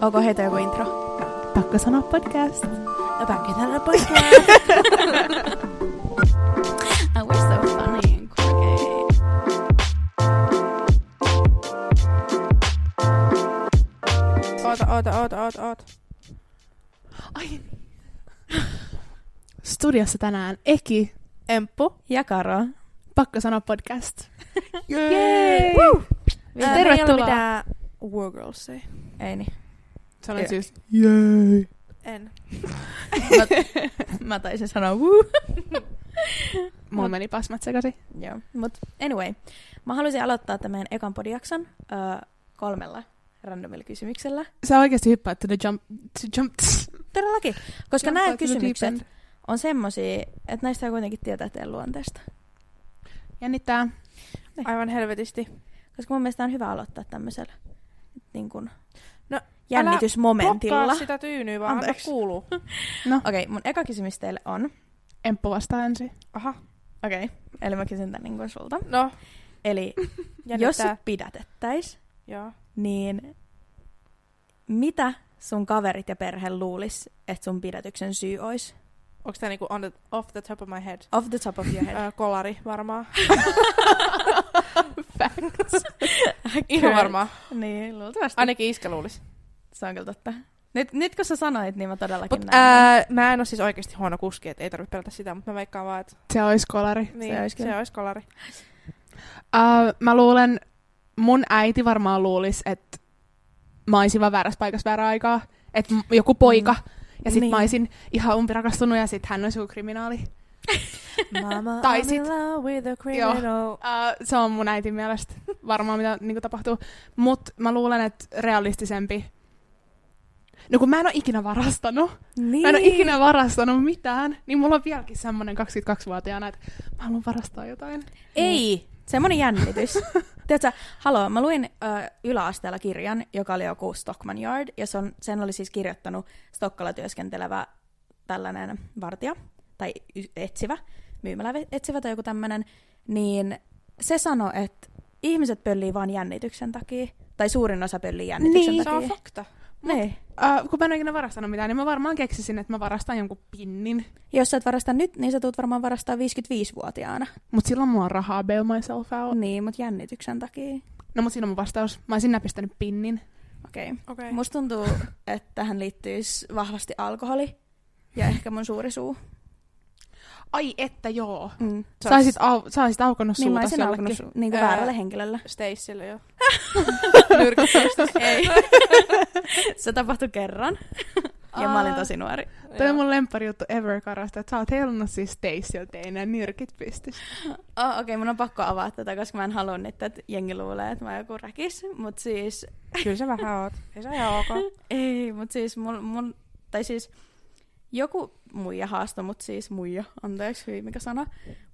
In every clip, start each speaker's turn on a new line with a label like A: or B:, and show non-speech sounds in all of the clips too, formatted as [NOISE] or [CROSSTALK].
A: Onko heitä joku intro?
B: Pakko sanoa podcast.
A: Päkkitällä podcast.
C: I wish they were funny and quirky.
A: Oota, oota, oota, oota, oota.
B: Ai. Studiossa tänään Eki
A: Emppu.
D: Ja Karo.
B: Pakko sanoa podcast.
A: Jee!
D: Ää,
A: Ei ole
D: tervetuloa.
A: mitään Wargirlsia.
D: Ei niin.
B: Sanoit
D: Joo.
B: siis jei.
A: En.
D: [LAUGHS] Mä taisin sanoa woo.
B: Mulla meni pasmat sekaisin.
D: Joo. Mut anyway. Mä haluaisin aloittaa tämän meidän ekan podijakson öö, kolmella randomilla kysymyksellä.
B: Sä oikeesti hyppäät to the jump, to jump, tss.
D: Todellakin. Koska
B: Jump
D: nämä
B: out to the deep
D: kysymykset
B: end.
D: on semmosia, että näistä kuitenkin tietää teidän luonteesta.
B: Jännittää.
A: Aivan helvetisti.
D: Koska mun mielestä on hyvä aloittaa tämmöisellä niin kun,
A: No,
D: no,
A: Blokkaa
D: jännitysmomentilla. Okei,
A: sitä tyynyä vaan, anna
D: Anteeksi. [LAUGHS] No.
A: kuuluu.
D: okay, mun eka kysymys teille on.
B: Emppu vastaa ensin.
A: Aha.
D: Okei. Okay. Eli mä kysyn tän niin kun sulta.
A: No,
D: Eli jos
A: jännittää.
D: sut pidätettäis,
A: Joo.
D: niin mitä sun kaverit ja perhe luulis, että sun pidätyksen syy olisi?
A: Onks tää niinku on the, off the top of my head?
D: Off the top of your [LAUGHS] head.
A: Ö, kolari [LAUGHS] varmaan. Ihan
D: Kyllä.
A: varmaan.
D: niin, luultavasti. Ainakin.
A: Ainakin iskä luulis.
D: Se on kyllä totta. Nyt, nyt kun sä sanoit, niin mä todellakin
A: Mut,
D: näen.
A: ää, mä en oo siis oikeesti huono kuski, et ei tarvitse pelätä sitä, mutta mä veikkaan vaan, että
B: Se ois kolari.
A: niin,
D: ois kyllä.
A: se ois kolari.
B: Uh, mä luulen, mun äiti varmaan luulis, että mä oisin vaan väärässä paikassa väärä aikaa. Että joku poika. Mm. Ja sit niin.
D: Niin.
B: mä oisin ihan umpirakastunut ja sit hän olisi joku kriminaali.
D: Mama,
B: tai
D: I'm
B: sit-
D: in love with a
B: Joo.
D: criminal.
B: Uh, se on mun äitin mielestä varmaan, mitä niin tapahtuu. Mutta mä luulen, että realistisempi... No kun mä en ole ikinä varastanut,
D: Niin.
B: mä en ole ikinä varastanut mitään, niin mulla on vieläkin semmonen 22-vuotiaana, että mä haluan varastaa jotain.
D: Ei, semmoinen jännitys. [LAUGHS] Tiedätkö, haloo, mä luin ö, yläasteella kirjan, joka oli joku Stockman Yard, ja se on, sen oli siis kirjoittanut Stokkalla työskentelevä tällainen vartija, tai y- etsivä, myymälä etsivä tai joku tämmöinen, niin se sanoi, että ihmiset pöllii vaan jännityksen takia, tai suurin osa pöllii jännityksen
B: Niin.
A: Se
D: takia.
A: on fakta.
D: Niin.
B: Uh, kun mä en ole ikinä varastanut mitään, niin mä varmaan keksisin, että mä varastan jonkun pinnin.
D: Jos sä et varasta nyt, niin sä tulet varmaan varastaa 55-vuotiaana.
B: Mut silloin mulla on rahaa bail myself out.
D: Niin, mutta jännityksen takia.
B: No mut siinä on mun vastaus. Mä oisin näpistänyt pinnin.
D: Okei. Okay.
A: Okei.
D: Musta tuntuu, että tähän liittyisi vahvasti alkoholi ja ehkä mun suuri suu.
B: Ai että joo.
D: Mm.
A: Se
B: Sä oisit, au- sä oisit aukannut
D: Niin mä
B: suuta
D: olisin alkanut
B: jollekin.
D: su- niin kuin
A: Ää.
D: väärälle henkilölle.
A: Stacelle jo.
B: [LAUGHS]
D: Ei. [LAUGHS] Se tapahtui kerran. Ja mä olin tosi nuori.
B: Tämä on mun lempparijuttu ever karasta, että sä oot heilunut siis Stacyltä tein ja nyrkit pystyssä.
D: Oh, Okei, okay, mun on pakko avaa tätä, koska mä en halua nyt, että jengi luulee, että mä oon joku räkis. Mut siis,
A: [LAUGHS] Kyllä sä vähän oot. Ei se on ihan ok.
D: ei, mut siis mun, mun tai siis joku muija haastoi mut siis, muija, anteeksi, hyi, mikä sana.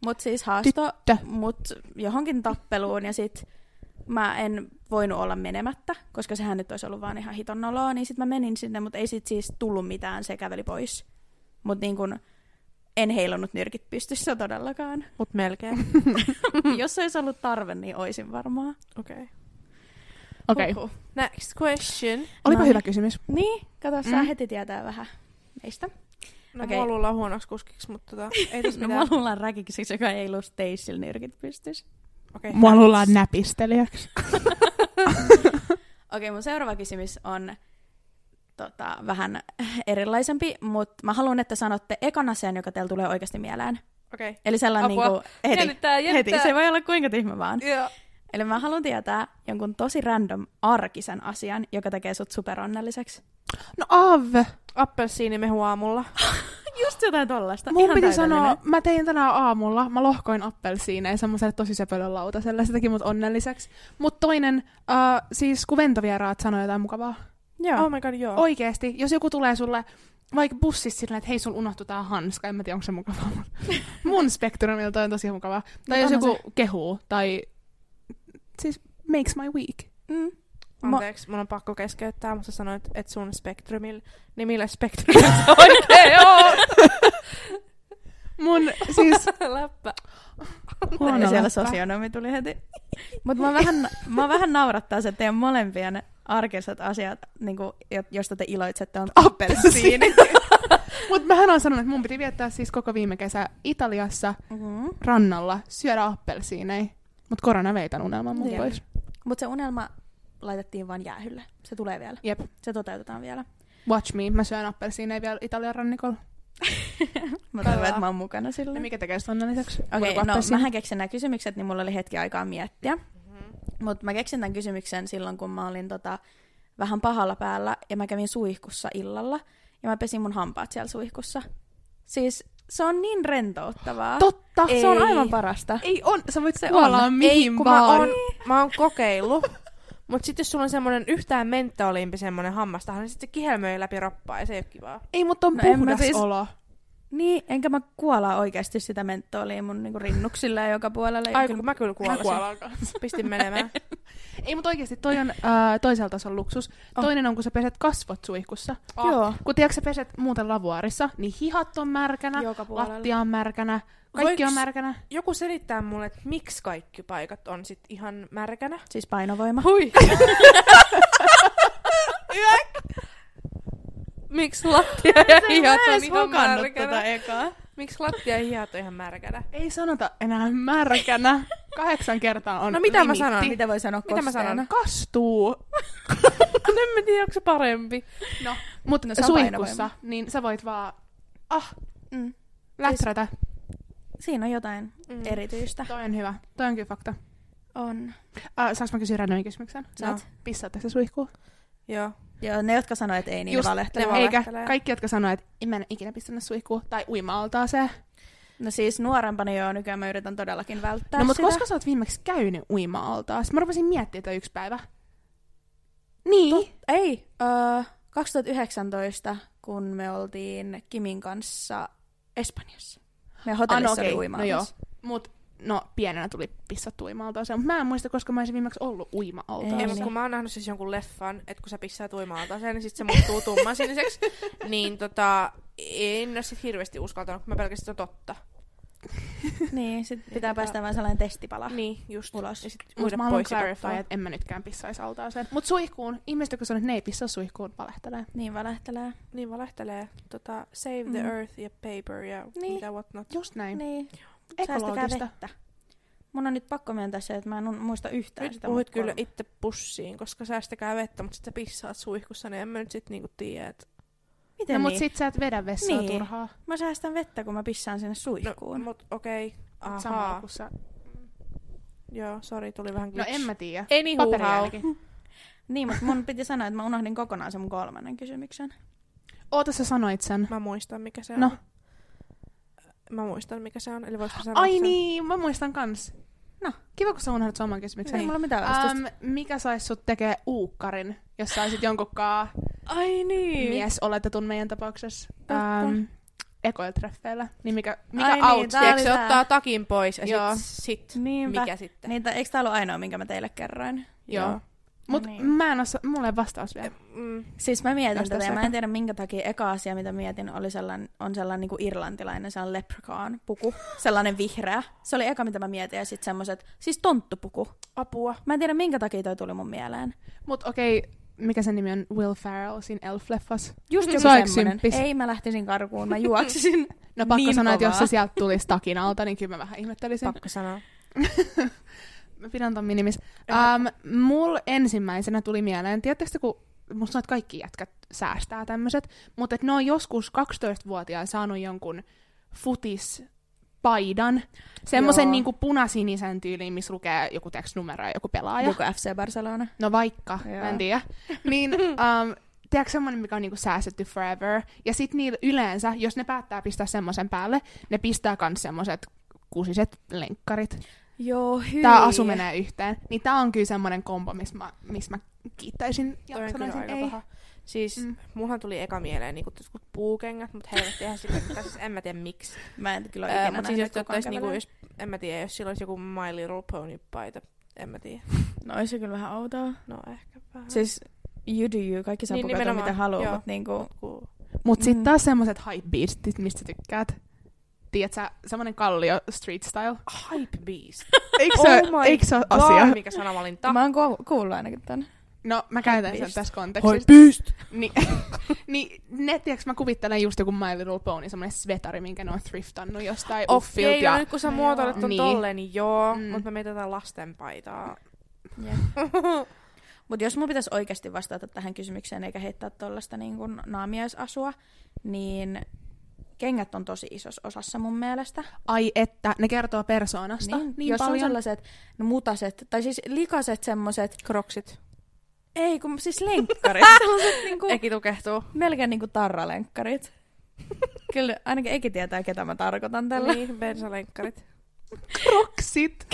D: Mut siis haasto
B: Tyttö.
D: mut johonkin tappeluun ja sit mä en voinut olla menemättä, koska sehän nyt olisi ollut vaan ihan hiton noloa, niin sit mä menin sinne, mutta ei sit siis tullut mitään, se käveli pois. Mut niin kun en heilunut nyrkit pystyssä
B: [LAUGHS]
D: todellakaan.
A: [LAUGHS] Mut melkein.
D: Jos olisi ollut tarve, niin oisin varmaan.
A: [LAUGHS] Okei. Okay.
B: Okei. Okay.
D: Huhhuh.
A: Next question.
B: Olipa
D: Noin.
B: hyvä kysymys.
D: Niin, kato, sä
B: Mm.
D: heti tietää vähän meistä.
A: No okay.
D: Okei.
A: mua luullaan huonoksi kuskiksi, mutta tota, [LAUGHS] ei tässä
D: No mä
A: mitään.
D: luulen räkiksi, joka ei ollut niin Stacel nyrkit pystyssä.
A: Okei.
B: Mua luullaan näpistelijäksi.
D: Okei, mun seuraava kysymys on tota, vähän erilaisempi, mutta mä haluan, että sanotte ekan asian, joka teillä tulee oikeasti mieleen.
A: Okei.
D: Eli sellainen
A: Apua.
D: niinku, heti,
A: Jännittää,
D: heti,
A: jännittää.
D: se voi olla kuinka tyhmä vaan.
A: Joo.
D: Eli mä haluan tietää jonkun tosi random arkisen asian, joka tekee sut superonnelliseksi.
B: No Av,
A: Appelsiinimehu aamulla.
D: Just jotain tollasta.
B: mun
D: Ihan
B: piti
D: täydellinen.
B: sanoa, mä tein tänään aamulla, mä lohkoin appelsiineja semmoiselle tosi söpölön lautaselle, se teki mut onnelliseksi. Mut toinen, äh, siis kun ventovieraat sanoi jotain mukavaa.
D: Joo.
A: Oh my god, joo.
B: Oikeesti, jos joku tulee sulle vaikka bussissa silleen, että hei, sul unohtui tää hanska, en mä tiedä, onko se mukavaa. mut Mun spektrumilla toi on tosi mukavaa. Tai jos
D: onhan
B: joku kehuu, tai siis makes my week.
D: Mm. Mä-
A: Anteeksi, mun on pakko keskeyttää, mutta sä sanoit, että sun spektrumilla, niin millä spektrumilla sä
B: [LAUGHS]
A: oikein oot?
B: Mun [LAUGHS] siis
A: Läppä.
B: huono
D: Ja siellä
B: läppä.
D: sosionomi tuli heti. Mutta mä, vähän, mä vähän naurattaa se teidän molempien arkiset asiat, niin kuin, josta te [LAUGHS] iloitsette, on
B: Appelsiini. [LAUGHS]
D: appelsiini.
B: Mutta mähän on sanonut, että mun piti viettää siis koko viime kesä Italiassa
D: mm-hmm.
B: rannalla syödä appelsiineja. Mutta korona vei tämän unelman mun
D: Jep.
B: pois.
D: Mutta se unelma laitettiin vain jäähylle. Se tulee vielä.
B: Jep.
D: Se toteutetaan vielä.
B: Watch me. Mä syön appelsiineja vielä Italian rannikolla.
D: Niin. Mä
A: Kallaa.
D: toivon, että mä oon mukana sille.
B: Ja mikä tekee sitä onnelliseksi?
D: Okei,
B: Kurku
D: okay, no
B: appelsiini.
D: mähän keksin nämä kysymykset, niin mulla oli hetki aikaa miettiä.
B: Mm-hmm.
D: Mutta mä keksin tämän kysymyksen silloin, kun mä olin tota, vähän pahalla päällä ja mä kävin suihkussa illalla. Ja mä pesin mun hampaat siellä suihkussa. Siis se on niin rentouttavaa.
B: Totta!
D: se on aivan parasta.
B: Ei on, sä voit se
A: Ei,
B: kuolla on.
A: [LAUGHS]
B: mihin
A: Niin, kun
B: vaan.
A: Mä oon, mä oon kokeillut. [LAUGHS] Mutta sitten jos sulla on semmoinen yhtään menttaalimpi semmoinen hammastahan, niin sitten se kihelmöi läpi rappaa ja se ei ole kivaa.
B: Ei, mutta on
D: No
B: no,
D: en mä
B: puhdas
D: siis-
B: siis... olo.
D: Niin, enkä mä kuola oikeasti sitä mentoolia mun niinku rinnuksilla ja joka puolella. Ja
A: Ai
D: kyllä-
A: kun mä kyllä kuolasin.
B: kuolaan
A: Pistin [LAUGHS] menemään.
B: Ei, mutta oikeasti toi on äh, toisella tasolla luksus.
D: On.
B: Oh. Toinen on, kun sä peset kasvot suihkussa.
A: Ah.
D: Joo,
B: Kun tiedätkö, sä peset muuten lavuaarissa, niin hihat on märkänä,
D: joka puolella.
B: lattia on märkänä, kaikki
A: Voiks-
B: on märkänä.
A: Joku selittää mulle, että miksi kaikki paikat on sit ihan märkänä.
D: Siis painovoima.
A: Hui! Miksi lattia ja [LAUGHS] hihat on ihan märkänä?
D: ekaa.
A: Miksi lattia ja hihat on ihan märkänä?
B: Ei sanota enää märkänä. Kahdeksan kertaa on
A: No mitä mä
B: limitti.
A: sanon?
D: Mitä voi sanoa
A: Mitä mä sanon?
B: Kastuu.
A: [LAUGHS] en mä tiedä, onko se parempi.
B: No, mutta
D: No,
B: no,
D: se on
B: suihkussa,
D: painovoima.
B: niin sä voit vaan ah,
D: Mm.
B: läträtä.
D: Siinä on jotain
A: Mm.
D: mm. erityistä.
B: Toi on hyvä. Toi on kyllä fakta.
D: On.
B: Äh, saanko mä kysyä random kysymyksen?
A: No.
B: Pissaatteko se suihkuun?
A: Joo.
D: No. Joo, ne, jotka sanoo, että ei, niin Just, ne valehtelee.
A: ne
B: Eikä
A: valehtelee.
B: kaikki, jotka sanoo, että en mä en ikinä pistänyt suihkuun tai uima-altaaseen.
D: No siis nuorempana joo, nykyään mä yritän todellakin välttää
B: No mutta
D: sitä.
B: koska sä oot viimeksi käynyt uima-altaas? Mä rupesin miettimään tätä yksi päivä. Niin.
D: Tot- Ei, öö, 2019, kun me oltiin Kimin kanssa Espanjassa. Me hotellissa siis.
B: Ah,
D: oli
B: no okei.
D: uima
B: No joo. Mut no pienenä tuli pissattu uima-altaaseen, mutta mä en muista, koska mä olisin viimeksi ollut
A: Ei,
D: Ei,
B: uima-altaassa.
A: mutta
D: niin.
A: kun mä oon nähnyt siis jonkun leffan, että kun sä pissää tuimaalta sen, niin sit se muuttuu tumman siniseksi, [LAUGHS] niin tota, en ole sit hirveästi uskaltanut, kun mä pelkäsin, että se on totta.
D: [LAUGHS] Niin, sit pitää
A: tota-
D: päästä vähän sellainen testipala.
A: Niin, just.
D: Ulos.
A: Ja sit
B: Mutta
A: uida
B: mä haluan
A: pois
B: clarify, että en mä nytkään pissaisi altaaseen. Mut suihkuun, ihmiset, jotka sanoo, että ne ei pissaa suihkuun, valehtelee.
D: Niin valehtelee.
A: Niin valehtelee. Tota, save the
D: Mm.
A: earth ja paper ja
D: Niin.
A: niin. mitä whatnot.
B: Just näin. Niin.
D: Niin, säästäkää
B: Ekologista.
D: vettä. Mun on nyt pakko myöntää se, että mä en muista yhtään
A: Nyt
D: sitä.
A: puhuit
D: mut
A: kyllä
D: kolme.
A: itse pussiin, koska säästäkää vettä, mutta sit sä pissaat suihkussa, niin en mä nyt sit niinku tiedä, että...
D: Miten
B: No
D: no,
B: mut
D: niin?
B: sit sä et vedä vessaa
D: Niin.
B: niin. turhaa.
D: Mä säästän vettä, kun mä pissaan sinne suihkuun.
A: No, mut okei. Okay.
B: Samalla,
A: Ahaa.
B: kun sä...
A: Joo, sori, tuli vähän
B: No
A: glitch.
B: en mä tiedä.
A: Anywho,
B: Paperi
A: how?
B: ainakin.
D: Niin, mutta mun piti sanoa, että mä unohdin kokonaan sen mun kolmannen kysymyksen.
B: Oota, sä sanoit
D: [LAUGHS]
B: sen.
A: Mä muistan, mikä se
B: No.
A: on. Mä muistan, mikä se on, eli voisiko sanoa
B: Ai
A: sen?
B: niin, mä muistan kans.
D: No.
B: Kiva, kun sä unohdat sun oman
D: Se ei
B: kysymyksen.
D: mulla mitään vastusta.
B: Um, mikä sais sut tekee uukkarin, jos saisit jonkun kaa
A: Ai niin.
B: mies oletetun meidän tapauksessa
A: Totta.
B: um, ekoilla treffeillä? Niin mikä, mikä
D: Ai niin,
B: Ai out?
D: tää
A: Tää
D: oli
A: se
D: tää.
A: ottaa takin pois ja
B: Joo.
A: sit, sit
D: Niinpä.
A: mikä sitten?
D: Niin, tai eikö tää ollut ainoa, minkä mä teille kerroin?
B: Joo. Mut
D: No niin.
B: mä en osaa, mulla ei vastaus vielä.
A: Mm,
D: Siis mä mietin
B: Tästä
D: tätä ja
B: se-
D: mä en tiedä minkä takia eka asia, mitä mietin, oli sellainen, on sellainen niin irlantilainen, sellainen leprechaun puku, sellainen vihreä. Se oli eka, mitä mä mietin, ja sitten semmoiset, siis tonttupuku.
A: apua.
D: Mä en tiedä minkä takia toi tuli mun mieleen.
B: Mut okei, okay, mikä sen nimi on? Will Ferrell siinä Elf-leffassa.
D: Just joku
B: Se on yksi
D: semmonen.
B: symppis.
D: Ei, mä lähtisin karkuun, mä juoksisin.
B: No pakko
D: Niin
B: niin sanoa, että jos
D: kovaa.
B: se sieltä tulisi takin alta, niin kyllä mä vähän ihmettelisin.
A: Pakko sanoa.
B: Mä pidän ton minimis. Um, mul ensimmäisenä tuli mieleen, tiedättekö te, kun musta sanoo, että kaikki jätkät säästää tämmöiset, mutta et ne on joskus 12-vuotiaan saanut jonkun futispaidan,
D: Joo.
B: semmoisen niinku punasinisen tyyliin, missä lukee joku tekst numero ja joku pelaaja.
D: Joku FC Barcelona.
B: No vaikka,
D: Joo.
B: Joo. mä en tiedä. Niin, um, tiedätkö semmoinen, mikä on niinku säästetty forever? Ja sit niillä yleensä, jos ne päättää pistää semmoisen päälle, ne pistää kans semmoset kusiset lenkkarit.
D: Joo, hyi.
B: Tää asu menee yhteen. Niin tää on kyllä semmoinen kompo, missä mä, missä mä kiittäisin ja
A: Toi on kyllä
B: sanoisin
A: aika
B: ei.
A: paha. Siis
B: Mm.
A: mm. munhan tuli eka mieleen niinku jotkut puukengät, mutta helvetti eihän sille mitään, siis en mä tiedä miksi.
D: Mä en kyllä ole
A: Äh,
D: ikinä
A: mutta siis jos
D: nähnyt
A: te
D: kukaan
A: ottais niinku,
D: kävelee.
A: jos, en mä tiedä, jos sillä olisi joku My Little Pony paita, en mä tiedä.
D: No olisi se kyllä vähän outoa.
A: No ehkä vähän.
D: Siis you do you, kaikki saa
A: Niin,
D: niin, pukeutua
A: nimenomaan,
D: mitä haluaa,
A: joo.
D: mutta [LAUGHS] niinku...
A: Ku-
B: Mut sit
D: Mm.
B: taas semmoset hypebeastit, mistä sä tykkäät. Tiedät sä, semmonen kallio street style.
A: Hype Beast.
B: Eikö
A: Oh
B: se,
D: [LAUGHS]
A: my
B: eikö se ole
A: Vai
B: asia?
A: mikä sana mä olin ta-
D: Mä oon ku- kuullut ainakin tän.
B: No, mä käytän sen
A: Hypebeast.
B: tässä
D: siis-
B: kontekstissa.
A: beast!
B: Niin, niin ne, tiiäks, mä kuvittelen just joku My Little Pony, semmonen svetari, minkä ne on thriftannut jostain uffilta.
A: Okei, no
B: ja...
A: nyt kun sä
D: No
A: muotoilet
B: joo.
A: ton
B: Niin.
A: niin. tolleen, niin joo,
B: Mm.
A: mm. mutta me mietitään lastenpaitaa.
D: Mutta jos mun pitäisi oikeasti vastata tähän kysymykseen eikä heittää tuollaista niin kun naamiaisasua, niin kengät on tosi isossa osassa mun mielestä.
B: Ai että, ne kertoo persoonasta niin, niin
D: jos on
B: paljon.
D: sellaiset no, mutaset, tai siis likaset semmoset,
A: Kroksit.
D: ei kun siis [LAUGHS] lenkkarit, sellaiset niinku,
A: Eki tukehtuu.
D: melkein niinku [LAUGHS] tarralenkkarit. Kyllä, ainakin eikin tietää, ketä mä tarkoitan tällä.
A: Niin, bensalenkkarit.
B: Kroksit.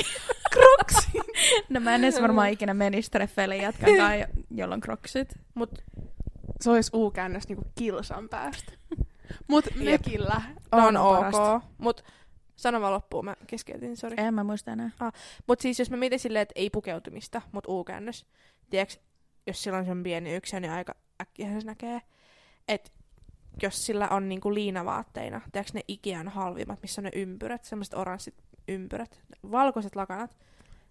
D: No mä en edes varmaan ikinä menisi treffeille
B: Niin.
D: jatkankaan, jo- jolla on kroksit.
A: Mut
B: Se olisi U-käännös niinku kilsan [LAUGHS] päästä. Mut mökillä.
D: on
A: on ok.
D: parasta.
A: Mut sano vaan loppuun, mä keskeytin, sori.
D: En mä muista enää.
A: Mut siis jos mä mietin silleen, että ei pukeutumista, mut U-käännös. Tiedäks, jos sillä on sen pieni yksi, niin aika äkkiä se näkee. Et jos sillä on niinku liinavaatteina, tiedäks ne Ikean halvimmat, missä on ne ympyrät, semmoset oranssit ympyrät, valkoiset lakanat,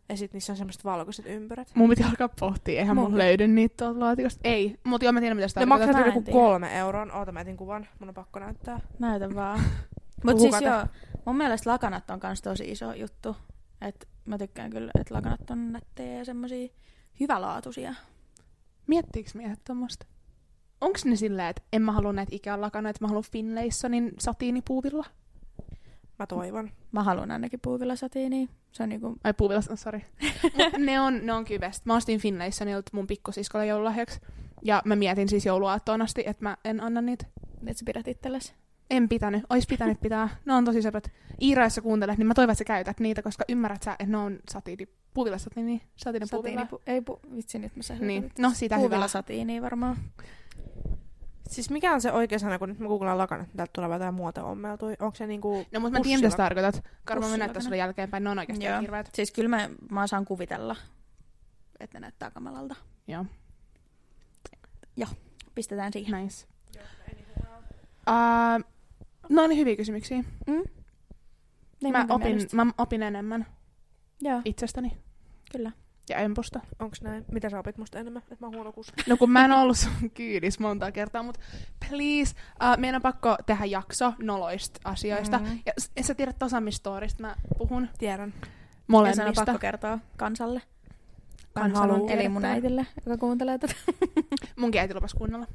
A: ja sit niissä on semmoset valkoiset ympyrät.
B: Mun piti alkaa pohtia, eihän mun
D: Mun-
B: löydy niitä tuolta laatikosta. No, Ei, mut joo mä tiedän mitä sä
A: Ne
B: tarkoitat.
A: maksaa
D: mä en
A: joku
D: tiedä.
A: kolme euroa. Oota, mä etin kuvan. Mun on pakko näyttää.
D: Näytä
B: [LAUGHS]
D: vaan. Mut
A: Puhukaa
D: siis
A: te.
D: joo, mun mielestä lakanat on kans tosi iso juttu. Et mä tykkään kyllä, että lakanat on nättejä ja semmosia hyvälaatuisia.
B: Miettiiks miehet tommosta? Onks ne silleen, että en mä halua näitä ikään lakanoita, mä haluan Finlaysonin satiinipuuvilla?
A: Mä toivon.
D: Mä haluan ainakin puuvilla satiiniä. Se on niinku...
B: Ai puuvilla, no, sorry. [LAUGHS] Mut ne on, ne on kyvestä. Mä ostin Finlaysonilta mun pikkusiskolle joululahjaksi. Ja mä mietin siis jouluaattoon asti, että mä en anna niitä.
D: Et sä pidät itsellesi.
B: En pitänyt. Ois pitänyt pitää. Ne on tosi söpöt. Iira, jos sä kuuntelet, niin mä toivon, että sä käytät niitä, koska ymmärrät sä, että ne on niin, satiini. Puuvilla satiini. Satiini puuvilla.
D: Satiinipu... Ei pu... Vitsi, nyt mä sen
B: Niin. No, sitä
D: puuvilla
B: hyvää.
D: satiiniä varmaan.
A: Siis mikä on se oikea sana, kun nyt mä googlaan lakanat, niin täältä tulee jotain muuta ommeltui. Onko se niinku...
B: No, mutta mä tiedän, mitä sä
A: pussilla?
B: tarkoitat. Karma, mä
D: Pussilla
B: näyttää sulle jälkeenpäin. Ne on oikeasti
D: Joo.
B: ihan hirveät.
D: Siis kyllä mä, mä osaan kuvitella, että ne näyttää kamalalta.
B: Joo.
D: Pistetään siihen.
B: Nice. Uh, no niin, hyviä kysymyksiä.
D: Mm? Niin,
B: Mä
D: minkä
B: opin,
D: mielestä?
B: mä opin enemmän
D: Joo,
B: itsestäni
D: kyllä.
B: ja empusta.
A: Onks näin? Mitä sä opit musta enemmän? Että mä oon huono kuski.
B: No kun mä en ollut sun kyydis monta kertaa, mutta please, uh, meidän on pakko tehdä jakso noloista asioista. Mm-hmm.
D: Mhm.
B: Ja s- sä tiedät osa, mistä storista mä puhun.
A: Tiedän.
D: Ja sen on
B: Molemmista.
D: pakko kertoa kansalle.
B: Kansan
A: Haluan.
B: on
D: Eli mun
B: kertoa.
D: äitille, joka kuuntelee tätä.
B: Munkin äiti lupas kuunnella.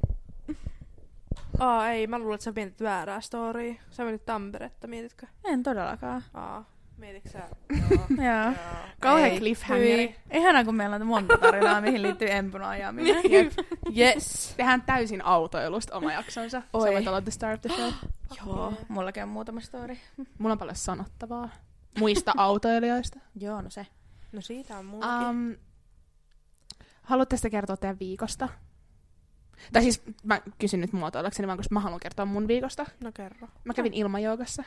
A: Aa, ei. Mä luulen, että sä mietit väärää storya. Sä mietit Tamperetta, mietitkö?
D: En [LAUGHS] todellakaan.
A: Aa. Mietitkö [LAUGHS] sä? Joo.
D: Joo.
A: Joo.
B: Kauhean
D: Ei.
B: cliffhangeri.
D: Ihanaa, kun meillä on monta tarinaa, mihin liittyy empuna ajaminen.
B: Jep.
A: Yes.
B: Tehdään täysin autoilusta [LAUGHS] oma jaksonsa. Oi. Sä
D: Oi.
B: voit olla the star of the show.
D: Joo, mullakin on muutama story.
B: Mulla on paljon sanottavaa. [LAUGHS] Muista autoilijoista.
D: Joo, no se.
A: No siitä on mullakin.
B: Um,
A: Um,
B: haluatteko te kertoa teidän viikosta? Tai siis mä kysyn nyt muotoillakseni vaan, koska mä haluan kertoa mun viikosta.
A: no kerro.
B: Mä kävin ilmajoukassa.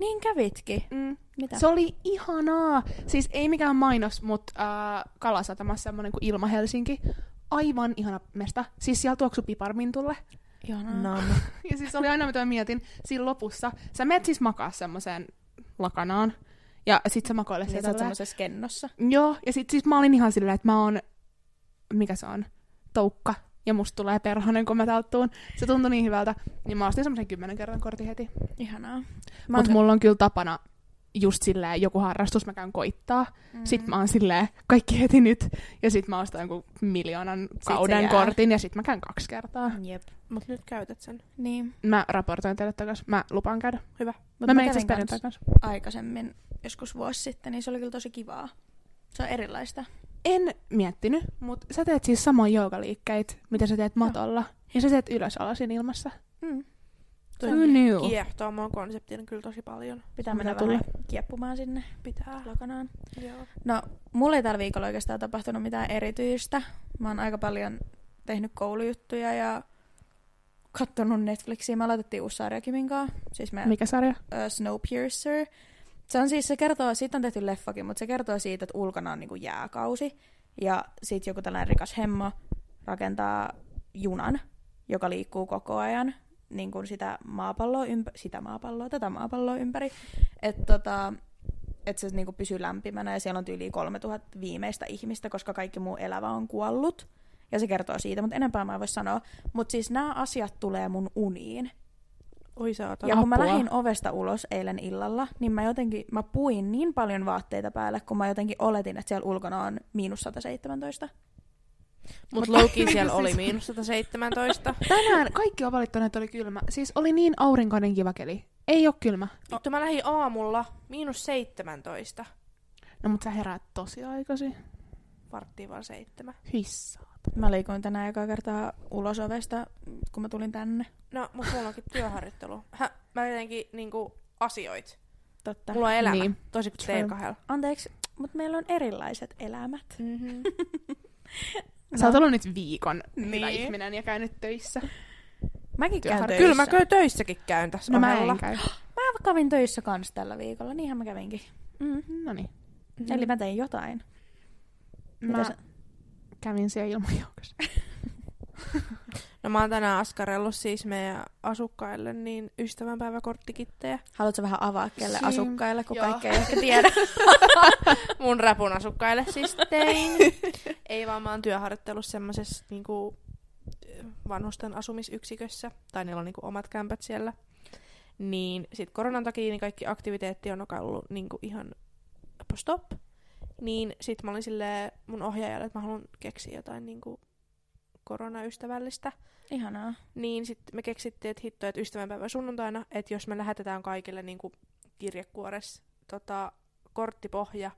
D: Niin kävitkin.
B: Mm.
D: Mitä?
B: Se oli ihanaa. Siis ei mikään mainos, mutta äh, Kalasatamassa semmoinen kuin Ilma Helsinki. Aivan ihana mesta. Siis siellä tuoksu piparmintulle.
D: Ihanaa.
B: Ja siis oli aina, mitä mä mietin, siinä lopussa. Sä menet siis makaa semmoiseen lakanaan. Ja sit sä makoilet
D: Niin
B: siellä
D: sä oot
B: tälleen.
D: semmosessa kennossa.
B: Joo, ja sit siis mä olin ihan silleen, että mä oon, mikä se on, toukka. Ja musta tulee perhonen, kun mä talttuun. Se tuntui niin hyvältä. Niin mä ostin semmoisen kymmenen kerran kortin heti.
D: Ihanaa. Mä
B: Mutta
D: oon-
B: mulla on kyllä tapana just silleen joku harrastus, mä käyn koittaa. Mm. Sitten mä oon silleen, kaikki heti nyt. Ja sit mä ostan jonkun miljoonan
D: se
B: kauden
D: jää.
B: kortin ja sit mä käyn kaksi kertaa.
D: Jep.
A: Mut nyt käytät sen.
D: Ah, Niin.
B: Mä raportoin teille takas. Mä lupaan käydä.
D: Mut
B: mä, menen itse
D: kävin
B: asiassa perjantai kanssa.
D: kans aikaisemmin joskus vuosi sitten, niin se oli kyllä tosi kivaa. Se on erilaista.
B: En miettinyt, mutta sä teet siis samoin joogaliikkeet, mitä sä teet matolla. Ja sä teet ylös alasin ilmassa.
D: Mm.
A: Toi
B: Who knew?
A: Kiehtoo mua konseptina kyllä tosi paljon.
D: Pitää
B: Mitä
D: mennä
B: tulee?
D: vähän kieppumaan sinne
A: Pitää.
D: lakanaan.
A: Joo.
D: No, mulla ei tällä viikolla oikeastaan tapahtunut mitään erityistä. Mä oon aika paljon tehnyt koulujuttuja ja kattonut Netflixiä. Me aloitettiin uusi sarja Kimin kanssa. Siis me
B: Mikä sarja?
D: ö, Snowpiercer. Se on siis, se kertoo, siitä on tehty leffakin, mutta se kertoo siitä, että ulkona on niinku jääkausi. Ja sit joku tällainen rikas hemmo rakentaa junan, joka liikkuu koko ajan niin kuin sitä maapalloa, ympä- sitä maapalloa, tätä maapalloa ympäri. Että tota, et se niinku pysyy lämpimänä ja siellä on yli 3000 viimeistä ihmistä, koska kaikki muu elävä on kuollut. Ja se kertoo siitä, mutta enempää mä en voi sanoa. Mutta siis nämä asiat tulee mun uniin.
A: Oi saatana.
D: Ja kun mä
B: Apua.
D: lähdin ovesta ulos eilen illalla, niin mä jotenkin, mä puin niin paljon vaatteita päälle, kun mä jotenkin oletin, että siellä ulkona on miinus 117.
A: Mut Loki [LAUGHS]
B: Mitä
A: siellä oli
B: siis?
A: miinus [LAUGHS] 117.
B: Tänään kaikki on valittaneet, että oli kylmä. Siis oli niin aurinkoinen kiva keli. Ei ole kylmä.
A: Vittu mä lähdin aamulla miinus 17.
B: No mut sä heräät tosi aikaisin.
A: Varttiin vaan seitsemän.
B: Hissa.
D: Mä liikuin tänään joka kertaa ulos ovesta, kun mä tulin tänne.
A: No, mut mulla onkin työharjoittelu. Hä, mä jotenkin niinku asioit.
D: Totta.
A: Mulla on elämä,
B: Niin.
A: niin. toisin kuin teillä kahdella.
D: Anteeksi, mutta meillä on erilaiset elämät.
B: Mhm.
A: Mm-hmm.
B: Sä oot ollut nyt viikon niin. hyvä
D: No. Niin.
B: ihminen ja käynyt töissä.
D: Mäkin käyn
B: Työhar-
D: töissä.
A: Kyllä mä kyllä töissäkin käyn tässä
B: No mä
A: ohella.
B: en käy.
D: Mä kävin töissä kans tällä viikolla, niinhän mä kävinkin. Mm.
B: No niin.
A: Mhm.
D: Eli mä tein jotain. Mitä
B: Mä
D: sä-
B: kävin siellä ilman joukossa.
A: No mä oon tänään askarellut siis meidän asukkaille niin ystävänpäiväkorttikittejä.
D: Haluatko vähän avaa kelle
B: Siin-
D: asukkaille, kun
B: joo.
D: kaikki ei ehkä tiedä?
A: [LAUGHS] Mun rapun asukkaille siis tein. Ei vaan mä oon työharjoittelussa semmoisessa niinku, vanhusten asumisyksikössä, tai niillä on niinku omat kämpät siellä. Niin sit koronan takia niin kaikki aktiviteetti on ollut niinku ihan stop. Niin sit mä olin silleen mun ohjaajalle, että mä haluan keksiä jotain niinku koronaystävällistä.
D: Ihanaa.
A: Niin sitten me keksittiin, että hitto, että ystävänpäivä sunnuntaina, että jos me lähetetään kaikille niin kuin kirjekuores tota, korttipohja,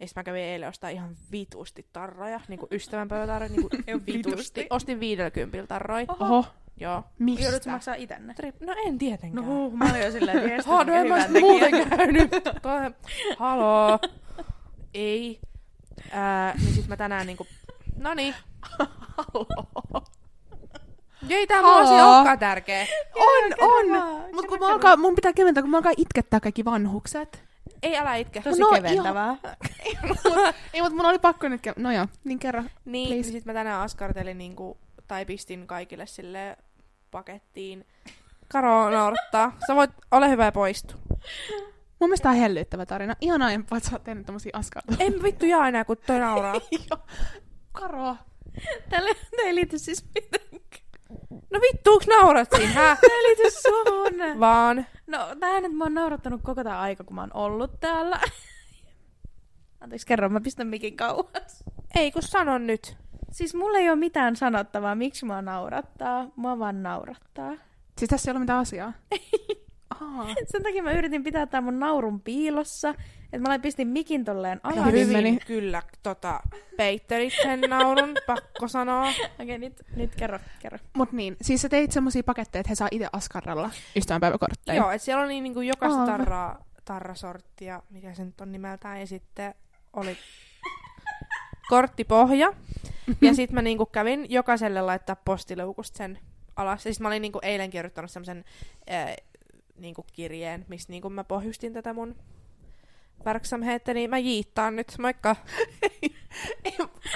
A: ja sit mä kävin eilen ostaa ihan vitusti tarroja, niin kuin ystävänpäivätarroja, niin kuin [LAUGHS] vitusti.
B: Vitusti.
A: Ostin 50 tarroja,
B: Oho,
A: joo.
D: Joudutko
B: mistä?
D: maksaa itse ne?
A: Trip- No en tietenkään.
D: mä olin jo silleen, että jes,
A: Hado, en mä sit muuten käynyt. [LAUGHS] Toi- Haloo. Ei. Ää, niin sit mä tänään niinku... [LAUGHS] Noniin. Haloo. Ei tää mun
B: Haloo.
A: asia olekaan tärkeä.
B: On, on!
D: vaan,
B: Mut kun mä alkaa, mun pitää keventää, kun mä alkaa itkettää kaikki vanhukset.
A: Ei, älä itke.
D: Tosi
B: No,
D: keventävää.
B: Ei, mut mun oli pakko nyt ke- No joo, niin kerro.
A: Niin,
B: Please.
A: niin sit mä tänään askartelin niinku, tai pistin kaikille sille pakettiin. Karo noudattaa. Sä voit, ole hyvä ja poistu.
B: Mun mielestä tää on hellyttävä tarina. Ihanaa, en vaan sä oot tehnyt tommosia [LAUGHS] askalta.
A: En vittu jaa enää, kun toi nauraa.
B: Karo.
D: [LAUGHS] Tälle tää ei liity siis mitenkään.
A: No vittu, onks naurat siinä, hä?
D: Tää ei liity suhun.
A: Vaan.
D: No, tää nyt mä oon naurattanut koko tää aika, kun mä oon ollut täällä. Anteeksi, kerro, mä pistän mikin kauas.
A: Ei kun sanon nyt.
D: Siis mulla ei ole mitään sanottavaa, miksi mä naurattaa. Mua vaan naurattaa.
B: Siis tässä ei ole mitään [LAUGHS] asiaa. Aa,
D: Sen takia mä yritin pitää tämän mun naurun piilossa, että mä lain- pistin mikin tolleen
A: Aika
D: alas.
B: hyvin
A: hyvin,
B: meni.
A: kyllä tota, peittelit sen naurun, pakko sanoa.
D: Okei, nyt, nyt kerro, kerro.
B: mut niin, siis sä teit semmosia paketteja, että he saa itse askarrella ystävänpäiväkortteja.
A: Joo, et siellä oli niinku jokaista
B: Aa.
A: tarraa, tarrasorttia, mikä se nyt on nimeltään, ja sitten oli korttipohja.
B: [LAUGHS]
A: Ja sitten mä niinku kävin jokaiselle laittaa postileukusta sen alas. Ja sit mä olin niinku eilen kirjoittanut semmoisen niinku kirjeen, missä niinku mä pohjustin tätä mun verksamheettä, niin mä jiittaan nyt,
B: [LAUGHS]
A: moikka.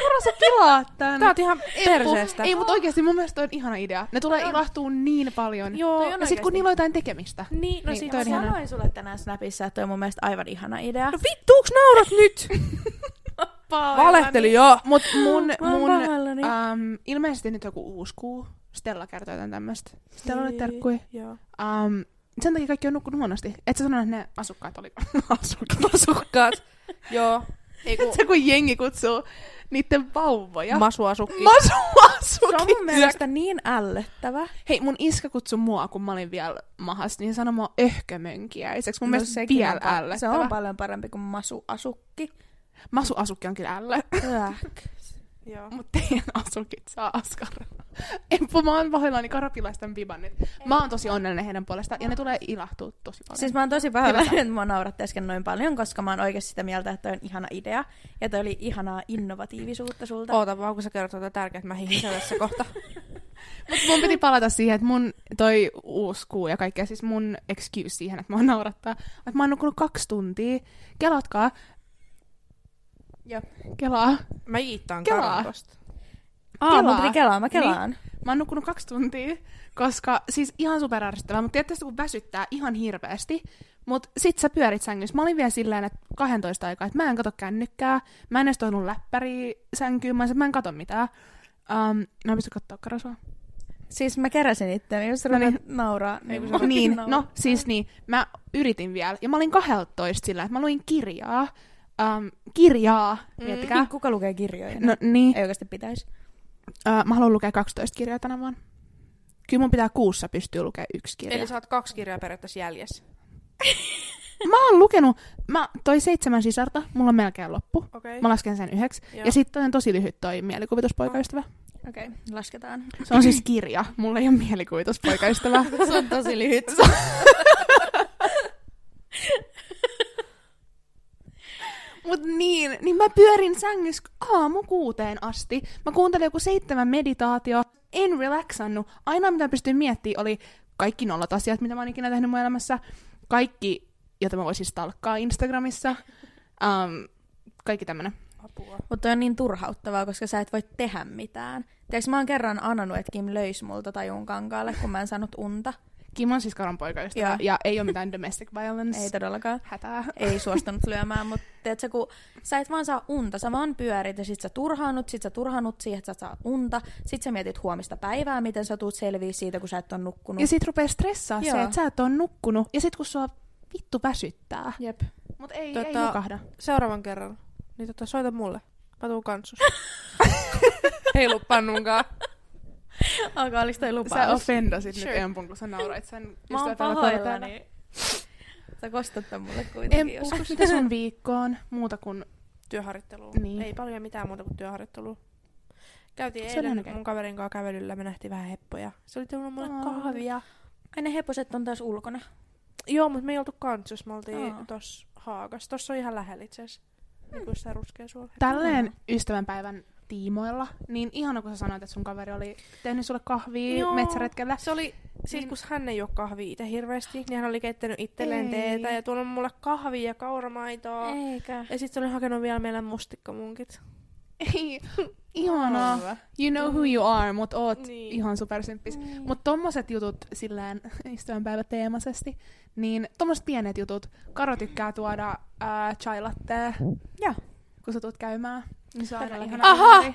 B: Karo, sä pilaat no tän.
A: Tää on ihan perseestä.
B: Ei, mut oikeesti mun mielestä toi on ihana idea. Ne tulee ilahtuu niin paljon.
A: Joo,
D: Toi on
B: Ja sit kun
D: oikeesti.
B: niillä on jotain tekemistä.
A: Niin, no
B: Niin,
A: niin,
B: toi
D: Mä
B: on ihana.
D: sanoin sulle tänään Snapissa, että toi on mun mielestä aivan ihana idea.
A: No vittu, onks naurat nyt? Valehteli joo.
B: Mut mun,
D: Mä oon
B: mun
D: pahoillani.
A: Ah,
B: äm, ilmeisesti nyt joku uusi kuu. Stella kertoo jotain tämmöstä. Stella
D: Niin,
B: oli terkkui.
A: Joo.
B: Um, sen takia kaikki on nukkunut huonosti. Et sä sano, että ne asukkaat oli [LAUGHS] asukkaat.
A: Masukkaat. joo. Ei
B: Et sä kun jengi kutsuu niitten vauvoja.
A: masuasukki.
B: Masu
D: Se on
B: asukki.
D: mun mielestä niin ällöttävä.
B: Hei, mun iskä kutsui mua, kun mä olin vielä mahas, niin sanoi mua öhkömönkiäiseksi. Mun no, mielestä
D: sekin
B: vielä
D: on pa-
B: ällöttävä.
D: Se on paljon parempi kuin masuasukki.
B: Masu asukki on kyllä ällö.
D: [LAUGHS] Äk.
A: Joo.
B: Mutta teidän [LAUGHS] asukit saa askarrella. Empu, mä oon pahoillani karapilaisten viban nyt. Mä oon tosi onnellinen heidän puolestaan ja ne tulee ilahtua tosi paljon.
D: Siis mä oon tosi pahoillani, että mua nauratti äsken noin paljon, koska mä oon oikeasti sitä mieltä, että toi on ihana idea. Ja toi oli ihanaa innovatiivisuutta sulta.
A: Oota vaan, kun sä kerrot jotain tärkeää, että mä hiihin tässä kohta.
B: Mut mun piti palata siihen, että mun toi uusi kuu ja kaikkea, siis mun excuse siihen, että mä oon naurattaa, on, että mä oon nukkunut kaksi tuntia. Kelatkaa.
D: Joo.
B: Kelaa.
A: Mä jiittaan
B: Kelaa.
A: karon tosta.
D: Aa, mun
B: Kelaa.
D: piti kelaa, Niin. mä kelaan.
B: Mä oon nukkunut kaksi tuntia, koska siis ihan superärsyttävää, mutta tietysti kun väsyttää ihan hirveästi, mutta sit sä pyörit sängyssä. Mä olin vielä silleen, että 12 aikaa, että mä en kato kännykkää, mä en edes toinut läppäriä sänkyyn, mä, en- mä en kato mitään. Um, mä en pysty katsoa karasua.
D: Siis mä keräsin itteni, jos
B: No
D: no
B: niin.
D: niin. nauraa. Niin, mä
A: kun sä
D: rupesin
B: niin,
D: nauraa.
B: no siis niin, mä yritin vielä, ja mä olin 12 sillä, että mä luin kirjaa, um, kirjaa,
A: Mm.
B: mm. miettikää.
D: Niin, kuka lukee kirjoja?
B: No niin,
D: Ei oikeasti pitäisi.
B: uh, mä haluan lukea 12 kirjaa tänä vuonna. Kyllä mun pitää kuussa pystyä lukemaan yksi kirja.
A: Eli sä oot kaksi kirjaa periaatteessa jäljessä.
B: Mä oon lukenut, mä toi seitsemän sisarta, mulla on melkein loppu.
A: Okei.
B: Mä lasken sen yhdeksi.
A: Joo.
B: Ja sitten on tosi lyhyt toi mielikuvituspoikaystävä.
D: Ah. Okei, okay, lasketaan.
B: Se on siis kirja, mulla ei ole mielikuvituspoikaystävä.
D: [LAUGHS] Se on tosi lyhyt. [LAUGHS]
B: Mut niin, niin mä pyörin sängyssä aamu kuuteen asti. Mä kuuntelin joku seitsemän meditaatio. En relaxannut. Aina mitä pystyin miettimään oli kaikki nollat asiat, mitä mä oon ikinä tehnyt mun elämässä. Kaikki, jota mä voisin siis stalkkaa Instagramissa. Um, kaikki tämmönen.
A: Apua.
D: Mutta on niin turhauttavaa, koska sä et voi tehdä mitään. Tiedätkö, mä oon kerran anonut, että Kim löisi multa tajun kankaalle, kun mä en saanut unta.
B: Kimon siis karan poikaystävä
D: Joo.
B: ja ei ole mitään domestic violence.
D: Ei todellakaan.
B: Hätää.
D: Ei suostunut lyömään, mutta tiedätkö, kun sä et vaan saa unta, sä vaan pyörit ja sit sä turhaannut, sit sä turhaannut siihen, että sä et saa unta, sit sä mietit huomista päivää, miten sä tuut selviä siitä, kun sä et ole nukkunut.
B: Ja sit rupeaa stressaa se,
D: Joo.
B: että sä et oo nukkunut. Ja sit kun sua vittu väsyttää.
D: Jep.
B: Mut ei, ei
A: Tota-
B: nukahda.
A: Seuraavan kerran. Niin tota, soita mulle. Mä tuun kansus. [LAUGHS] Heilu pannunkaan.
D: Alkaa, oliko toi
B: Sä
D: lupaus?
B: offendasit sure.
A: Sure.
B: nyt Empun, kun sä nauroit [LAUGHS] sen
D: Mä oon
B: ystäväpäivä korpealla.
D: pahoillani. Sä kostattaa mulle kuitenkin Empu.
B: Empu,
D: joskus.
B: mitä sun viikkoon? Muuta kuin...
A: Työharjoitteluun.
B: Niin.
A: Ei paljon mitään muuta kuin työharjoittelua. Käytiin
B: Se on
A: eilen
B: ainakin.
A: mun kaverin kanssa kävelyllä, me nähtiin vähän heppoja. Se oli tullut mulle
B: Aa.
A: kahvia.
D: Aina heposet on taas ulkona.
A: Joo, mutta me ei oltu kantsus, me oltiin
D: Aa.
A: tossa Haagas. Tossa on ihan lähellä itse asiassa. Niin kuin sitä ruskea suola.
B: Tälleen ystävänpäivän tiimoilla, niin ihana kun sä sanoit, että sun kaveri oli tehnyt sulle kahvia
A: Joo.
B: metsäretkellä.
A: Se oli, siis
B: Niin-
A: kun hän ei juo kahvia itse hirveästi, niin hän oli keittänyt itselleen
B: Ei.
A: teetä ja tuonut mulle kahvia ja kauramaitoa.
D: Eikä.
A: Ja sitten se oli hakenut vielä meille mustikkamunkit.
B: [LAUGHS] Ei, ihanaa. You know who you are, mut oot
A: Niin.
B: ihan supersimppis.
D: Niin.
B: Mut tommoset jutut sillään [LAUGHS] ystävänpäiväteemaisesti, niin tommoset pienet jutut. Karo tykkää tuoda ää, chai lattea,
D: Joo.
B: kun sä tuut käymään. Niin se on aina
D: Todellakin.
B: ihana Aha!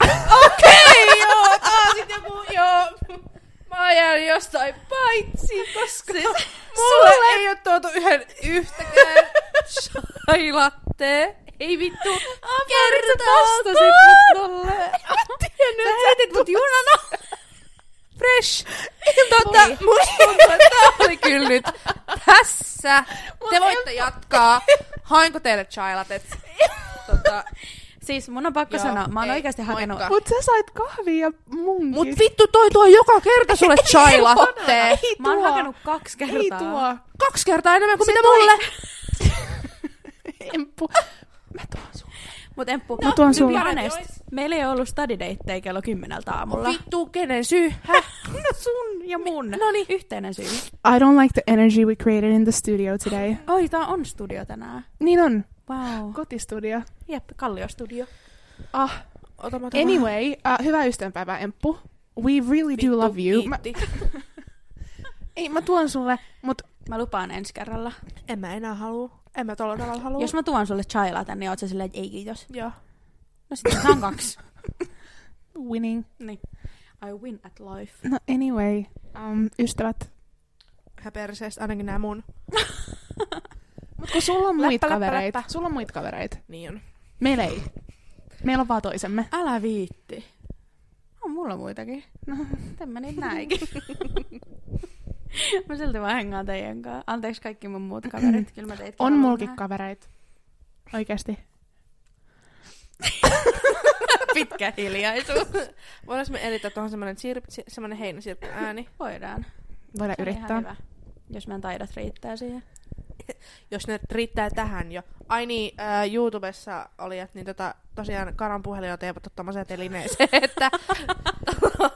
B: [LAUGHS]
A: Okei, joo, taas sit joku, joo. Mä jään jostain paitsi, koska siis, mulle sulle... ei ole tuotu yhden yhtäkään shailattee. Ei vittu, kerta tästä sit tolle. Mä tiedän, sä heitit mut junana. Fresh. Tota, musta tuntuu, että tää oli kyllä nyt tässä. Te voitte jatkaa. Hainko teille chailatet?
D: [LAUGHS]
A: Tota,
D: Siis mun on pakko
A: Joo,
D: sanoa, mä oon
A: ei,
D: oikeasti hakenut...
A: moikka.
B: Mut sä sait kahvia ja munkit.
A: Mut vittu, toi tuo joka
B: [LAUGHS]
A: kerta sulle chai latte.
B: Ei
D: Mä oon
B: tuo.
D: hakenut kaksi kertaa.
B: Ei tuo.
A: Kaksi kertaa enemmän kuin
B: Se
A: mitä
B: toi-
A: mulle.
B: Emppu. Mä tuon sun.
D: Mut Emppu,
B: Mä tuon
D: to be
B: sulle.
D: honest, Meillä ei ollut studideittejä kello kymmeneltä aamulla.
A: Oh, Vittu, kenen syy? Häh?
D: [LAUGHS] No sun ja mun. No niin. Yhteinen syy.
B: I don't like the energy we created in the studio today.
D: Oi, tää on studio tänään.
B: Niin on.
D: Wow.
B: Kotistudio.
D: Jep, Kalliostudio.
B: Ah.
A: Ota mä tämän.
B: Anyway, uh, hyvää ystävänpäivää, Emppu. We really do love you. Mä,
A: kiitti.
B: [LAUGHS] ei, mä tuon sulle, mut
D: Mä lupaan ensi kerralla.
A: En mä enää halua. En mä tolla tavalla halua.
D: Jos mä tuon sulle chailata, niin oot sä silleen, että ei kiitos.
A: Joo.
D: No sitten saan kaksi.
B: winning.
D: niin. [LAUGHS] I win at life.
B: No anyway, um, ystävät.
A: Häperseestä ainakin nää mun.
B: Mut kun sulla on muita
A: Läppä, läppä,
B: kavereita.
A: läppä.
B: Sulla on muita kavereita.
A: Niin on.
B: Meillä ei. Meillä on vaan toisemme.
D: Älä viitti. On mulla muitakin.
B: No,
D: En mä niitä näikin. mä silti vaan hengaan teidän kanssa. Anteeksi kaikki mun muut kaverit. Kyllä mä teitä
B: on mulkin kavereita. Oikeesti.
D: [LAUGHS] Pitkä hiljaisuus.
A: Voidaan me editä tuohon semmonen, sirp, si- semmonen heinäsirppi ääni,
D: Voidaan.
B: Voidaan
D: Se on ihan
B: yrittää.
D: hyvä, Jos meidän taidot riittää siihen.
A: jos ne riittää tähän jo. Ai niin, äh, YouTubessa oli, että niin tota, tosiaan Karan puhelin on teipattu tommoseen telineeseen,
D: [LAUGHS]
A: että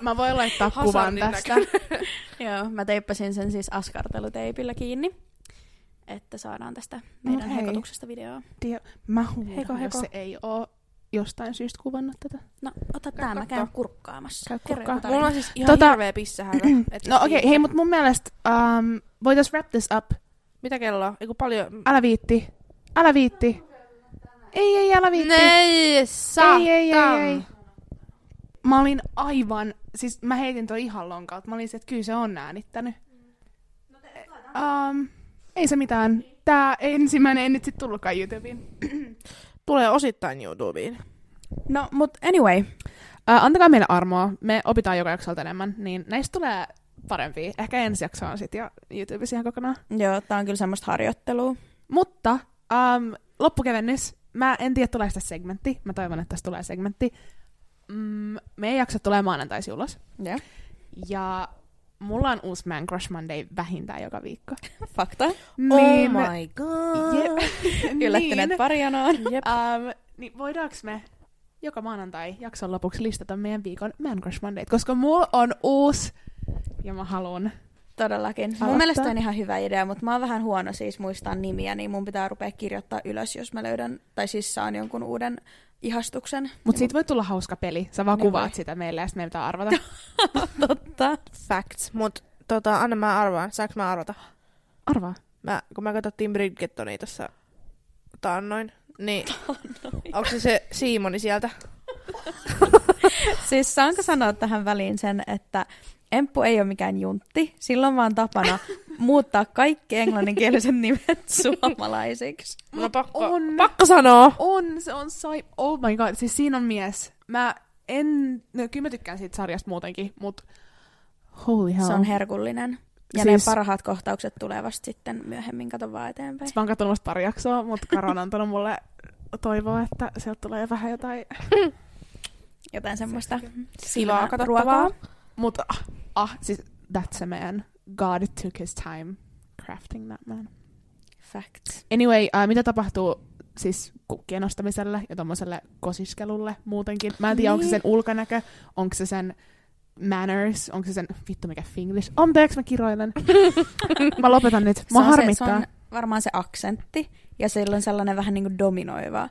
B: Mä voin laittaa kuvan
A: Hazardin
B: tästä.
D: [LAUGHS] Joo, mä teippasin sen siis askarteluteipillä kiinni, että saadaan tästä meidän
B: hei.
D: hekotuksesta videoa.
B: Dio, mä huudan,
A: Heiko,
B: jos
A: heiko.
B: se ei oo jostain syystä kuvannut tätä.
D: No, ota tää, mä käyn kurkkaamassa.
B: Käy
D: Kerro
B: kurkkaa.
D: joku tarina.
A: mulla on siis ihan
B: Tota-
A: hirveä
B: [CLEARS THROAT]
A: pissähävä. että
B: No
A: jos
B: okei, okay,
A: viitsi.
B: hei, mut mun mielestä um, voitais wrap this up.
A: Mitä kelloa? Eiku paljon...
B: Älä viitti. Älä viitti. Ei, ei, älä viitti.
A: Nei,
B: ei, ei, ei, ei. Mä olin aivan, siis mä heitin toi ihan lonkalta. Mä olin se, että kyllä se on äänittänyt. Um, ei se mitään. Tää ensimmäinen ei nyt sit tullutkaan YouTubeen.
A: Tulee osittain YouTubeen.
D: No, mut anyway.
B: Uh, antakaa meille armoa. Me opitaan joka jaksolta enemmän, niin näistä tulee parempia. Ehkä ensi jakso on sit jo YouTubessa ihan kokonaan.
D: Joo, tää on kyllä semmoista harjoittelua.
B: Mutta um, loppukevennys. Mä en tiedä, tulee tästä segmentti. Mä toivon, että tästä tulee segmentti. Mm, meidän jakso tulee maanantaisin ulos.
D: Joo.
B: Ja mulla on uusi Man Crush Monday vähintään joka viikko.
D: [LAUGHS] Fakta.
A: Oh
D: Oh
A: god.
B: Je-
D: Yllättyneet
B: niin,
D: parjanoon.
B: um, niin voidaanko me joka maanantai jakson lopuksi listata meidän viikon Man Crush Mondayt, koska mulla on uusi ja mä haluan.
D: Todellakin. Mun
B: Aloittaa.
D: mielestä toi on ihan hyvä idea, mutta mä oon vähän huono siis muistaa nimiä, niin mun pitää rupea kirjoittaa ylös, jos mä löydän, tai siis saan jonkun uuden ihastuksen.
B: Mutta siitä voi tulla hauska peli. Sä vaan
D: Niin
B: kuvaat
D: voi.
B: sitä meille ja sitten meidän pitää
D: [LAUGHS]
B: arvata.
D: Totta.
A: Facts. Mut tota, anna mä arvaan. Saanko mä arvata?
B: Arvaa.
A: Mä, kun mä katsottiin Bridgetonia tuossa taannoin, niin onko se se Siimoni sieltä?
D: Siis saanko sanoa tähän väliin sen, että Emppu ei ole mikään juntti. Silloin vaan [LAUGHS] tapana muuttaa kaikki englanninkieliset nimet [LAUGHS] suomalaisiksi.
A: Mun on pakko,
B: on.
A: pakko sanoa.
B: On, se on sai... Oh my god, siis siinä on mies. Mä en... No, kyllä mä tykkään siitä sarjasta muutenkin, mutta... Holy hell.
D: Se on herkullinen. Ja
B: Siis-
D: siis... ne parhaat kohtaukset tulee vasta sitten myöhemmin, kato vaan eteenpäin.
B: Sitten mä oon katsonut vasta pari jaksoa, mutta Karo on antanut mulle toivoa, että sieltä tulee vähän jotain...
D: Jotain semmoista
A: Kivaa
D: silmää-
A: katsottavaa.
B: Mutta ah, ah, siis that's a man. God took his time crafting that man.
D: Facts.
B: Anyway, uh, mitä tapahtuu siis kukkien ostamiselle ja tommoselle kosiskelulle muutenkin? Mä en tiedä, onko se
D: Niin.
B: sen ulkonäkö, onko se sen manners, onko se sen... Vittu, mikä finglish. Anteeksi, mä
D: [LAUGHS]
B: kiroilen. mä lopetan nyt.
D: Se
B: Mä
D: on se- Se,
B: harmittaa.
D: on varmaan se aksentti ja sillä on sellainen vähän niin kuin dominoiva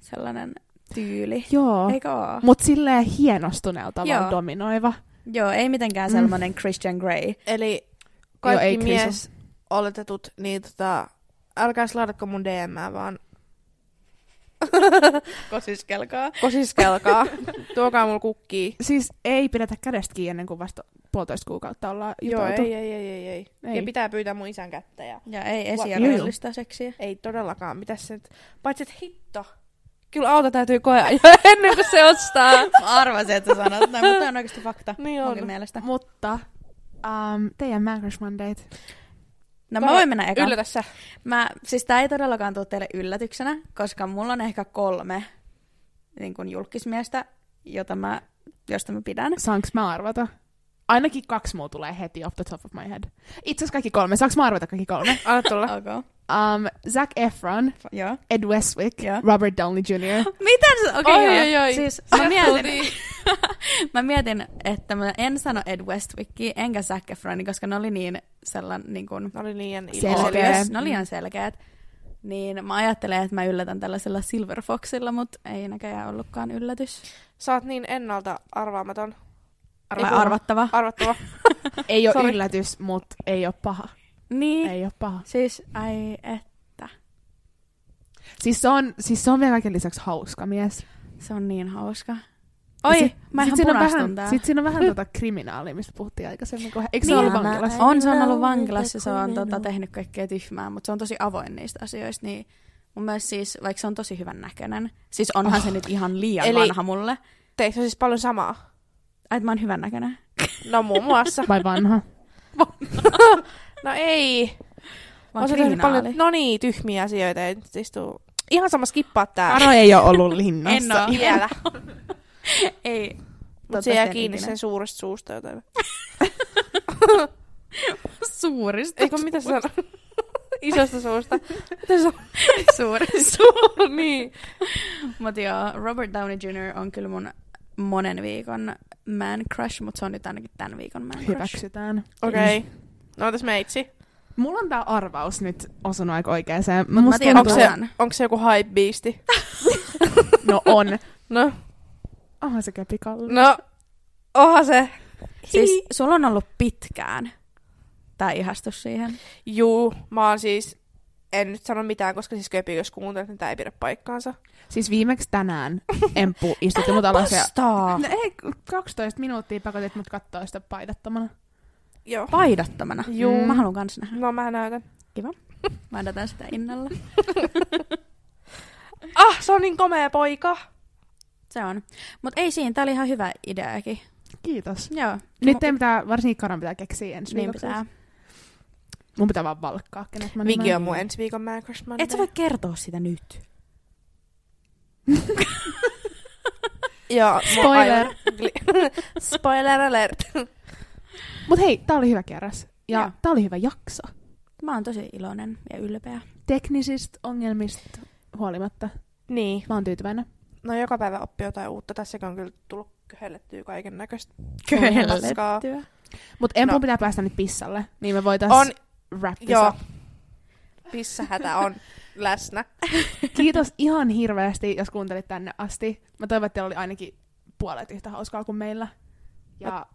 D: sellainen tyyli.
B: Joo.
D: Eikö oo?
B: Mut silleen hienostuneella tavalla
D: Joo.
B: dominoiva.
D: Joo, ei mitenkään
B: Mm.
D: sellainen Christian Grey.
A: Eli
B: Joo, ei
A: kaikki
B: kriisu.
A: mies oletetut, niin tota, älkää slaidatko mun DM, vaan [LAUGHS]
D: Kosiskelkaa.
A: [LAUGHS] kosiskelkaa. Tuokaa mulla kukkii.
B: Siis ei pidetä kädestä kiinni ennen kuin vasta puolitoista kuukautta ollaan
A: Joo,
B: juteltu.
A: ei, ei, ei, ei, ei.
B: Ei.
A: ei. Ja pitää pyytää mun isän kättä ja
D: Ja ei
A: What?
D: esiarvollista seksiä.
A: ei todellakaan. Mitäs se nyt? Paitsi, että hitto. Kyllä auto täytyy koea [LAUGHS] ennen kuin se ostaa.
D: Mä arvasin, että sä sanot näin, mutta toi on oikeasti fakta.
A: Niin
D: Munkin
A: on.
D: mielestä.
B: Mutta um, teidän Man Crush Mondayt.
D: No mä voin mennä eka.
A: Yllätä sä.
D: Mä, siis tää ei todellakaan tule teille yllätyksenä, koska mulla on ehkä kolme niin kuin julkismiestä, jota mä, josta mä pidän.
B: Saanks mä arvata? Ainakin kaksi mua tulee heti off the top of my head. Itse asiassa kaikki kolme. Saanko mä arvata kaikki kolme?
A: Anna tulla.
D: Okay.
B: Um, Zac Efron,
D: Joo.
B: Ed Westwick,
D: Joo.
B: Robert Downey Jr.
D: Miten se? Okei,
A: Oi,
D: joo.
A: oi, oi.
D: Siis
A: Se
D: mä mietin,
A: tuli.
D: [LAUGHS] mä mietin, että mä en sano Ed Westwickia enkä Zac Efronia, koska ne oli niin sellainen niin kuin,
A: Ne oli liian
B: Selkeä.
A: iso.
D: selkeät. Ne oli ihan selkeät. Niin mä ajattelen, että mä yllätän tällaisella Silver Foxilla, mutta ei näköjään ollutkaan yllätys.
A: Sä oot niin ennalta arvaamaton.
D: Arva,
A: Ei kun-
D: arvattava.
A: Arvattava.
B: Ei ole
A: Sorry.
B: yllätys, mutta ei ole paha.
D: niin.
B: Ei ole paha.
D: Siis, ai et,
B: Siis se on, siis se on vielä kaiken lisäksi hauska mies.
D: se on niin hauska.
B: Ja
D: Oi,
B: sit-
D: mä ihan
B: sit siinä on
D: punastun
B: vähän,
D: täällä.
B: Sitten siinä on vähän tota kriminaalia, mistä puhuttiin aikaisemmin. Kun, eikö se
D: Niin,
B: ollut vankilassa?
D: On, se on ollut vankilassa, se on tota, tehnyt kaikkea tyhmää, mutta se on tosi avoin niistä asioista, niin mun mielestä siis, vaikka se on tosi hyvän näköinen, siis onhan oh. se nyt ihan liian Eli...
A: Eli-
D: vanha mulle,
A: Teikö sä siis paljon samaa?
D: Ai, että mä oon hyvän näköinen.
A: No muun muassa.
B: Vai vanha?
A: No ei.
D: Vaan
A: Oon sä tehnyt paljon, no niin, tyhmiä asioita. Ei nyt istuu. Ihan sama skippaa tää.
B: Karo ei ole ollut linnassa.
D: En oo.
A: Vielä. [LAUGHS]
D: Ei.
A: Mut se jää
D: [LAUGHS]
A: kiinni sen suuresta suusta jotain.
D: suurista.
A: [LAUGHS] Eikö mitä sä sanoo? [LAUGHS] Isosta suusta. Mitä sä
D: [LAUGHS] suurista.
A: sanoo? niin.
D: mutta joo, Robert Downey Jr. on kyllä mun monen viikon man crush, mutta se on nyt ainakin tämän viikon man crush.
B: Hyväksytään.
A: Okei. Okay. No entäs meitsi?
B: Mulla on tää arvaus nyt osunut aika oikeeseen.
D: Mä
B: Musta
D: tiedän,
A: Onko
B: tuntuu-
A: se,
D: Otan.
A: onko se joku hype beasti?
B: No on.
A: No,
B: Onhan se käpikalli.
A: no. Oha se.
D: Siis sulla on ollut pitkään tämä ihastus siihen.
A: Juu, mä oon siis en nyt sano mitään, koska siis köpi, jos kuuntelet, niin tämä ei pidä paikkaansa.
B: Siis viimeksi tänään Emppu istutti mut alas ja...
D: Vastaa!
B: No ei, 12 minuuttia pakotit mut kattoo sitä paidattomana.
A: Joo.
D: Paidattomana.
B: Juu.
D: Mä haluan kans nähdä.
A: No mä näytän.
D: Mä odotan sitä innolla.
A: Ah, se on niin komea poika!
D: Se on. Mut ei siinä, tää oli ihan hyvä ideakin.
B: Kiitos.
D: Joo.
B: Nyt ei pitää, varsinkin Karan pitää keksiä ensi
D: niin
B: viikoksi.
D: pitää.
B: Mun pitää vaan valkkaa, kenet mä
A: Miki on
B: nimeän.
A: mun ensi viikon Man Crush Monday.
D: Et sä voi kertoa sitä [LAUGHS] nyt.
A: Joo, mun
B: Spoiler.
A: aivan- gli- [LAUGHS] Spoiler alert.
B: Mut hei, tää oli hyvä kerras. Ja
D: Joo.
B: tää oli hyvä jakso.
D: Mä oon tosi iloinen ja ylpeä.
B: Teknisistä ongelmista huolimatta.
A: Niin.
B: Mä oon tyytyväinen.
A: No joka päivä oppii jotain uutta. Tässäkin on kyllä tullut köhellettyä kaiken näköistä. Paskaa.
D: Työ.
B: Mut Empun
A: No.
B: pitää päästä nyt pissalle, niin me voitais
A: On,
B: wrap this
A: joo.
B: up.
A: Pissahätä on läsnä.
B: Kiitos ihan hirveästi, jos kuuntelit tänne asti. Mä toivon, että teillä oli ainakin puolet yhtä hauskaa kuin meillä. Ja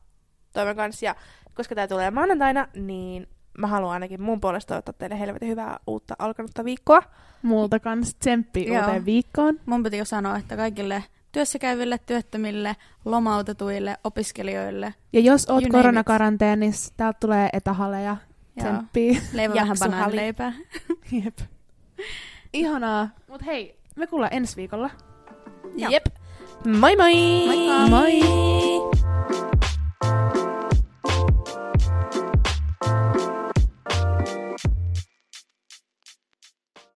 A: Toivon kanssa. Ja koska tää tulee maanantaina, niin mä haluan ainakin mun puolesta toivottaa teille helvetin hyvää uutta alkanutta viikkoa.
B: multa kans tsemppi
D: Joo.
B: uuteen viikkoon.
D: Mun piti jo sanoa, että kaikille työssäkäyville, työttömille, lomautetuille, opiskelijoille.
B: Ja jos
D: You
B: oot
D: name
B: koronakaranteenissa, täältä tulee etähaleja,
D: Ja [LAUGHS]
B: tsemppiä.
D: leivä
A: Ja
D: vähän
A: suhali.
D: banaanileipää.
B: Jep. Ihanaa. Mut hei, me kuullaan ensi viikolla.
D: Joo.
A: Jep. Moi moi!
D: Moikka!
B: Moi!